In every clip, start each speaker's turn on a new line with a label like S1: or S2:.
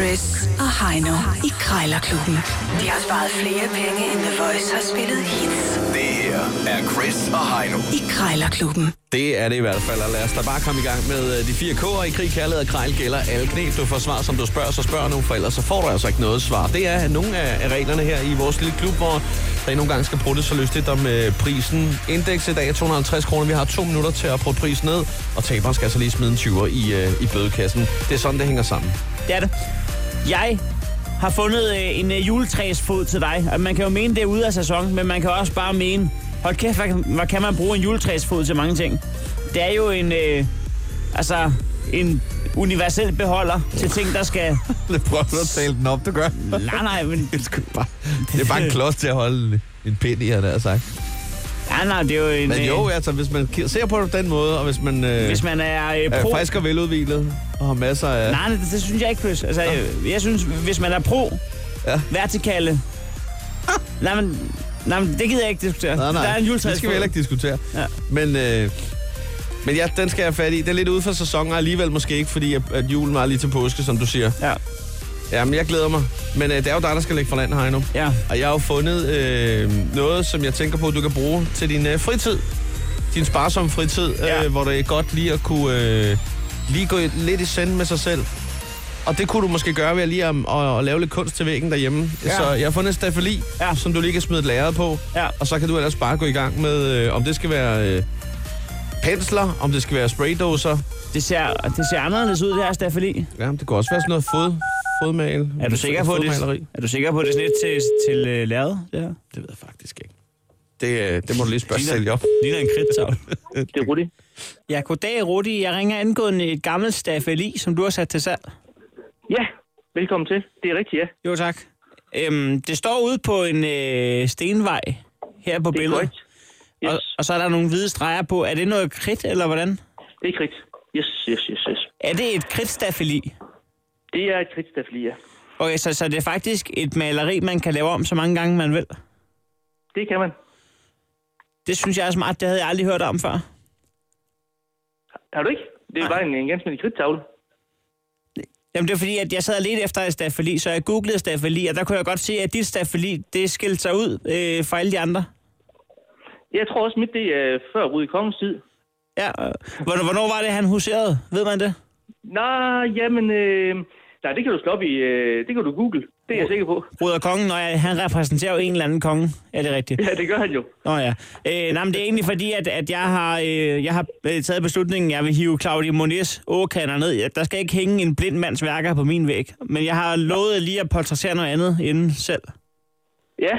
S1: Chris og Heino i Krejlerklubben. De har sparet flere penge, end The Voice har spillet hits
S2: Det her er Chris og Heino.
S1: i Krejlerklubben.
S3: Det er det i hvert fald, og lad os da bare komme i gang med øh, de fire K'er i krig, kærlighed og krejl gælder alle knep. Du får svar, som du spørger, så spørger nu, for ellers så får du altså ikke noget svar. Det er nogle af af reglerne her i vores lille klub, hvor der nogle gange skal bruges så løst lidt om øh, prisen. Indeks i dag er 250 kroner. Vi har to minutter til at putte prisen ned, og taberen skal altså lige smide en 20'er i, øh, i bødekassen. Det er sådan, det hænger sammen.
S4: Det er det. Jeg har fundet øh, en øh, juletræsfod til dig. Og man kan jo mene, det er ude af sæson, men man kan også bare mene, hold kæft, hvad, hvad kan man bruge en juletræsfod til mange ting? Det er jo en, øh, altså, en universel beholder til ting, der skal...
S3: Det prøver du at tale den op, det gør.
S4: Nej, nej, men...
S3: Det er, sgu bare, det er bare en klods til at holde en pind i, har jeg nær sagt.
S4: Nej, nej, det er jo en...
S3: Men jo,
S4: øh,
S3: altså, hvis man ki- ser på det på den måde, og hvis man... Øh,
S4: Hvis man er øh,
S3: er
S4: pro...
S3: frisk og veludviklet, og har masser af...
S4: Nej, nej, det, det synes jeg ikke, Chris. Altså, jeg, jeg synes, hvis man er pro,
S3: Ja.
S4: ja. vertikale... Nej, men, nej, men det gider jeg ikke diskutere.
S3: nej, nej.
S4: Der er en juletræsfod.
S3: Det skal vi heller ikke diskutere.
S4: Ja.
S3: Men, øh, men ja, den skal jeg have fat i. Den er lidt ude for sæsonen, og alligevel måske ikke, fordi at, at julen var lige til påske, som du siger.
S4: Ja,
S3: Ja, men jeg glæder mig. Men øh, det er jo dig, der skal lægge for land, Heino.
S4: ja.
S3: Og jeg har jo fundet øh, noget, som jeg tænker på, du kan bruge til din øh, fritid. Din sparsomme fritid, ja.
S4: Ja.
S3: øh, hvor det er godt lige at kunne øh, lige gå i- lidt i send med sig selv. Og det kunne du måske gøre ved at lige at, at, at lave lidt kunst til væggen derhjemme. Ja.
S4: Ja.
S3: Så jeg har fundet en stafeli, ja.
S4: Ja.
S3: som du lige kan smide et lærred på.
S4: Ja.
S3: Og så kan du ellers bare gå i gang med, øh, om det skal være øh, pensler, om det skal være spraydåser.
S4: Det ser, det ser anderledes ud, det her stafeli.
S3: Ja, det kunne også være sådan noget fod, fodmal.
S4: Er du sikker på, at det,
S3: Fodmaleri.
S4: er du sikker på, at det er sådan lidt til, til uh, lærred, det her?
S3: Det ved jeg faktisk ikke. Det, øh, det må du lige spørge dig
S4: Ligner-
S3: selv op.
S4: Ligner en kridtavl.
S5: Det er Rudi.
S4: ja, goddag, Rudi. Jeg ringer angående et gammelt stafeli, som du har sat til salg.
S5: Ja, velkommen til. Det er rigtigt, ja.
S4: Jo, tak. Øhm, det står ude på en øh, stenvej her på
S5: Det er
S4: billedet.
S5: korrekt.
S4: Og,
S5: Yes,
S4: og så er der nogle hvide streger på. Er det noget kridt, eller hvordan?
S5: det er kridt. Yes, yes, yes, yes.
S4: Er det et kridtstafeli?
S5: Det er et kridtstafeli, ja.
S4: Okay, så, så det er faktisk et maleri, man kan lave om så mange gange, man vil.
S5: Det kan man.
S4: Det synes jeg er smart. Det havde jeg aldrig hørt om før.
S5: Har du ikke? Det er bare en, en ganske almindelig kridttavle.
S4: Jamen det er fordi, at jeg sad og ledte efter et stafeli, så jeg googlede stafeli, og der kunne jeg godt se, at dit stafeli, det skilte sig ud øh, fra alle de andre.
S5: Jeg tror også, mit det er før Rudi Kongens tid.
S4: Ja, øh, hvornår, hvornår var det, han huserede? Ved man det?
S5: Nå, jamen... Øh, nej, det kan du slå op i... Øh, det kan du google. Det er jeg sikker på.
S4: Ruder kongen, når jeg, han repræsenterer jo en eller anden konge. Er det rigtigt?
S5: Ja, det gør han jo.
S4: Nå ja. Øh, nej, men det er egentlig fordi, at, at jeg har, øh, jeg har øh, taget beslutningen, jeg vil hive Claudia Moniz åkander ned. Ja, Der skal ikke hænge en blind mands værker på min væg. Men jeg har lovet lige at portrættere noget andet inden selv.
S5: Ja,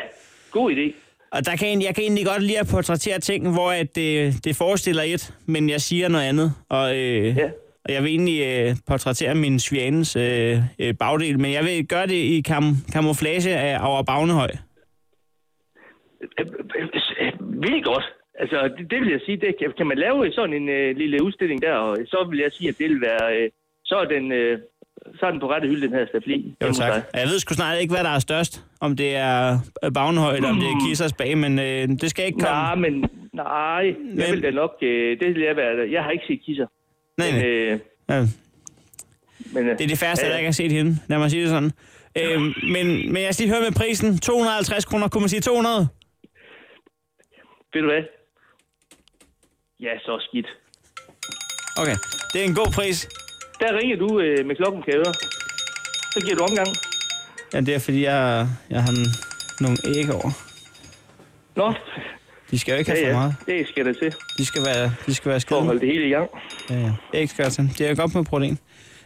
S5: god idé.
S4: Og der kan, jeg kan egentlig godt lide at portrættere ting, hvor at det, det forestiller et, men jeg siger noget andet. Og, øh,
S5: Ja.
S4: og jeg vil egentlig øh, portrættere min svianes øh, øh, bagdel, men jeg vil gøre det i kam- kamuflage af over Bagnehøj.
S5: Øh, øh, øh, Vildt godt. Altså, det, det vil jeg sige. Det, kan- kan man lave sådan en øh, lille udstilling der, og så vil jeg sige, at det vil være... Øh, så er den... Øh, så er den på rette hylde, den her stafeli. hjemme hos dig.
S4: Og Jeg ved sgu snart ikke, hvad der er størst. Om det er øh, Bagnehøj, eller om det
S5: Mm.
S4: er Kissers bag, men øh, det skal ikke komme.
S5: Nej, men nej, jeg
S4: Men-
S5: vil da nok, øh, det vil jeg være, jeg har ikke set kisser.
S4: nej, nej.
S5: Øh,
S4: Ja.
S5: men, øh,
S4: Det er det færreste,
S5: Ja,
S4: ja, ja.
S5: ja.
S4: jeg ikke har set hende. Lad mig sige det sådan. Øh, men, men jeg skal lige høre med prisen. 250 kroner. Kunne man sige 200?
S5: ved du hvad? Ja, så skidt.
S4: Okay. Det er en god pris.
S5: Der ringer du øh, med klokken, kan jeg høre. Så giver du omgang.
S4: Ja, det er fordi, jeg, jeg har nogle æg over.
S5: Nå,
S4: De skal jo ikke
S5: ja,
S4: have for
S5: ja,
S4: meget.
S5: det skal der til,
S4: De skal være, de skal være
S5: for at
S4: skide.
S5: holde det hele i gang.
S4: Ja, ja. Æg skal der til. Det er godt med protein.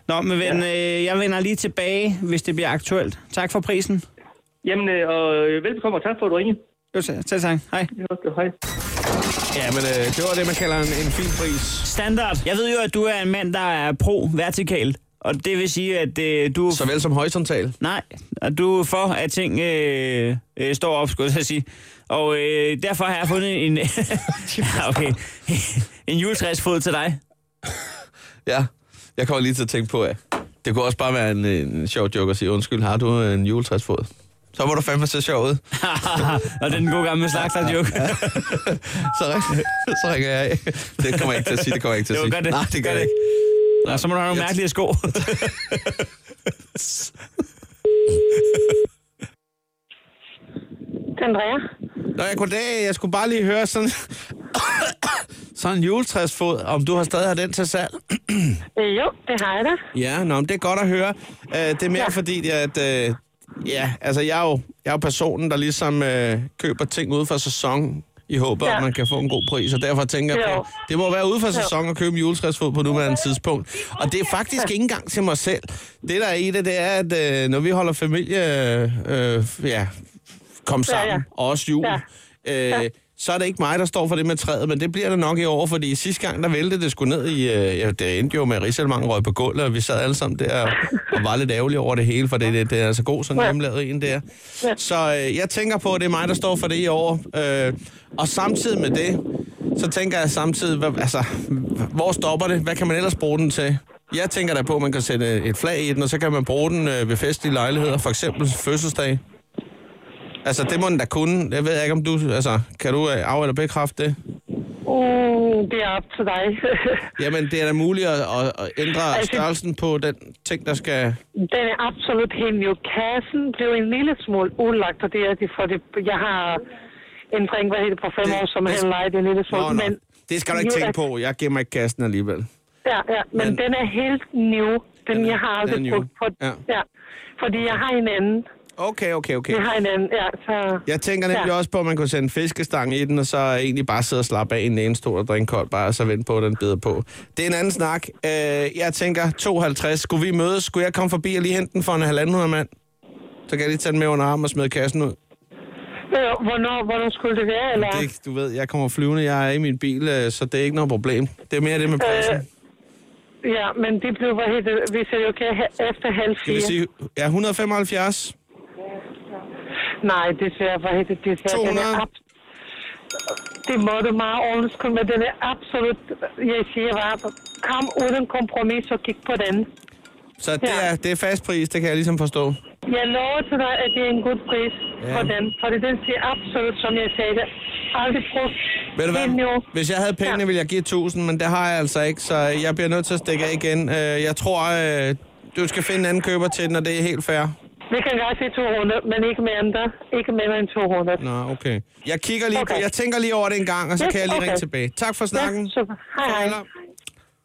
S4: Nå, men ven, øh, jeg vender lige tilbage, hvis det bliver aktuelt. Tak for prisen.
S5: Jamen, øh, og øh, velbekomme, og tak for, at du ringede.
S4: Jo, selv selv tak. Hej.
S5: Ja, hej.
S3: Ja, men øh, det var det, man kalder en, en fin pris.
S4: Standard. Jeg ved jo, at du er en mand, der er pro-vertikal. Og det vil sige, at øh, du...
S3: Såvel som horisontal.
S4: Nej, og du er for, at ting øh, øh, står op, skulle jeg til at sige. Og øh, derfor har jeg fundet en... Ja, okay. en juletræsfod til dig.
S3: Ja, jeg kommer lige til at tænke på, at det kunne også bare være en, en sjov joke at sige, undskyld, har du en juletræsfod? Så må du fandme se sjov ud.
S4: og den gode gamle slagterjoke.
S3: Så, ring, så ringer jeg af. Det kommer jeg ikke til at sige, det kommer jeg ikke til at
S4: Jo,
S3: sige.
S4: gør det.
S3: Nej, det gør det ikke.
S4: Nå, så må du have nogle mærkelige sko.
S6: Andrea.
S3: Nå, ja, goddag. Jeg skulle bare lige høre sådan... sådan en juletræsfod, om du har stadig har den til salg.
S6: Øh, jo, det har jeg da.
S3: Ja, nå, men det er godt at høre. Øh, det er mere ja. fordi, at... Øh, ja, altså, jeg er, jo, jeg er jo personen, der ligesom øh, køber ting ude for sæson i håber, ja.
S6: Ja.
S3: at man kan få en god pris, og derfor tænker jeg
S6: Jo.
S3: på, det må være ude for sæson at købe en juletræsfod på nuværende tidspunkt. Og det er faktisk ikke engang til mig selv. Det, der er i det, det er, at øh, når vi holder familie, øh, ja, kom sammen, ja,
S6: ja.
S3: ja. og også jul, ja.
S6: Ja.
S3: Øh, ja. så er det ikke mig, der står for det med træet, men det bliver det nok i år, fordi sidste gang, der væltede det sgu ned i... Øh, ja, det endte jo med, at Rigsalmangen røg på gulvet, og vi sad alle sammen der og, og var lidt ærgerlige over det hele, for det, det, det er altså god sådan
S6: Ja.
S3: hjemmelavet en der.
S6: Ja.
S3: Så øh, jeg tænker på, at det er mig, der står for det i år. Øh, og samtidig med det, så tænker jeg samtidig, hvad, altså, hvor stopper det? Hvad kan man ellers bruge den til? Jeg tænker da på, at man kan sætte et flag i den, og så kan man bruge den øh, ved festlige lejligheder, for eksempel fødselsdag. Altså, det må den da kunne. Jeg ved ikke, om du... Altså, kan du øh, af- eller bekræfte det?
S6: Uh, det er op til dig.
S3: Jamen, det er da muligt at, at, at ændre
S6: Altså-
S3: størrelsen på den ting, der skal...
S6: den er absolut helt jo. Kassen blev en lille smule ulagt, og det er det for det. Jeg har en dreng, hvad hedder det, på fem
S3: Det-
S6: år, som
S3: det-
S6: har lejet en lille smule.
S3: Nå, nå.
S6: men,
S3: Det skal du ikke
S6: Jo,
S3: tænke
S6: altså-
S3: på. Jeg gemmer ikke kassen alligevel.
S6: Ja, ja, men,
S3: Men-
S6: men den er helt new. Den,
S3: Den er-
S6: jeg har aldrig
S3: den er new.
S6: brugt på.
S3: Ja.
S6: Ja. ja. Fordi jeg har en anden.
S3: Okay, okay, okay.
S6: Jeg har en anden, ja. Så...
S3: Jeg tænker nemlig ja.
S6: Ja.
S3: også på, at man kunne sætte en fiskestang i den, og så egentlig bare sidde og slappe af i en lænestol og drikke koldt bare, og så vente på, at den bider på. Det er en anden snak. Øh, jeg tænker, 52. Skulle vi mødes? Skulle jeg komme forbi og lige hente den for en halvanden hundrede mand? Så kan jeg lige tage den med under armen og smide kassen ud.
S6: Øh, Hvornår, hvornår skulle det være, eller?
S3: Det, du ved, jeg kommer flyvende, jeg er i min bil, øh, så det er ikke noget problem. Det er mere det med prisen.
S6: Øh, Ja, men det blev, hvad hedder det, vi sagde, okay, he- efter halv
S3: Det vil
S6: fire.
S3: sige, ja, 175.
S6: Nej, desværre, hvad hedder det, desværre, den er
S3: 200.
S6: ab- det må du meget undskylde, men den er absolut, jeg siger bare, kom uden kompromis og kig på den.
S3: Så det,
S6: Ja.
S3: er, det er fast pris, det kan jeg ligesom forstå.
S6: Jeg lover til dig, at det er en god pris
S3: Ja.
S6: ja. for den, fordi den siger absolut, som jeg sagde, det er aldrig brugt.
S3: Ved du
S6: Helt
S3: hvad?
S6: new.
S3: Hvis jeg havde pengene,
S6: Ja.
S3: ville jeg give 1000, men det har jeg altså ikke, så jeg bliver nødt til at stikke af igen. Øh, Jeg tror, øh, du skal finde en anden køber til den, og det er helt fair.
S6: Vi kan godt se 200, men ikke mere end der. Ikke mere end 200.
S3: Nå, okay. Jeg kigger lige på,
S6: Okay.
S3: jeg tænker lige over det en gang, og så
S6: Yes,
S3: kan jeg lige ringe
S6: okay.
S3: tilbage. Tak for
S6: Ja,
S3: snakken.
S6: super. Hej, hej.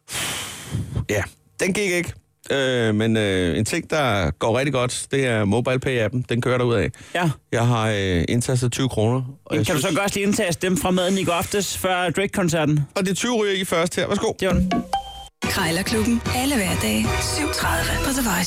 S3: Farvel. Ja, den gik ikke. Øh, men øh, en ting, der går rigtig godt, det er MobilePay-appen. Den kører der af.
S4: Ja.
S3: Jeg har øh, indtastet 20 kroner. Og,
S4: Kan
S3: jeg
S4: du så godt lige indtaste dem fra maden i går aftes før Drake-koncerten?
S3: og det er 20 ryger I først her. Værsgo.
S4: Det var den.
S1: Krejlerklubben. Alle hverdage. 7.30 på The Voice.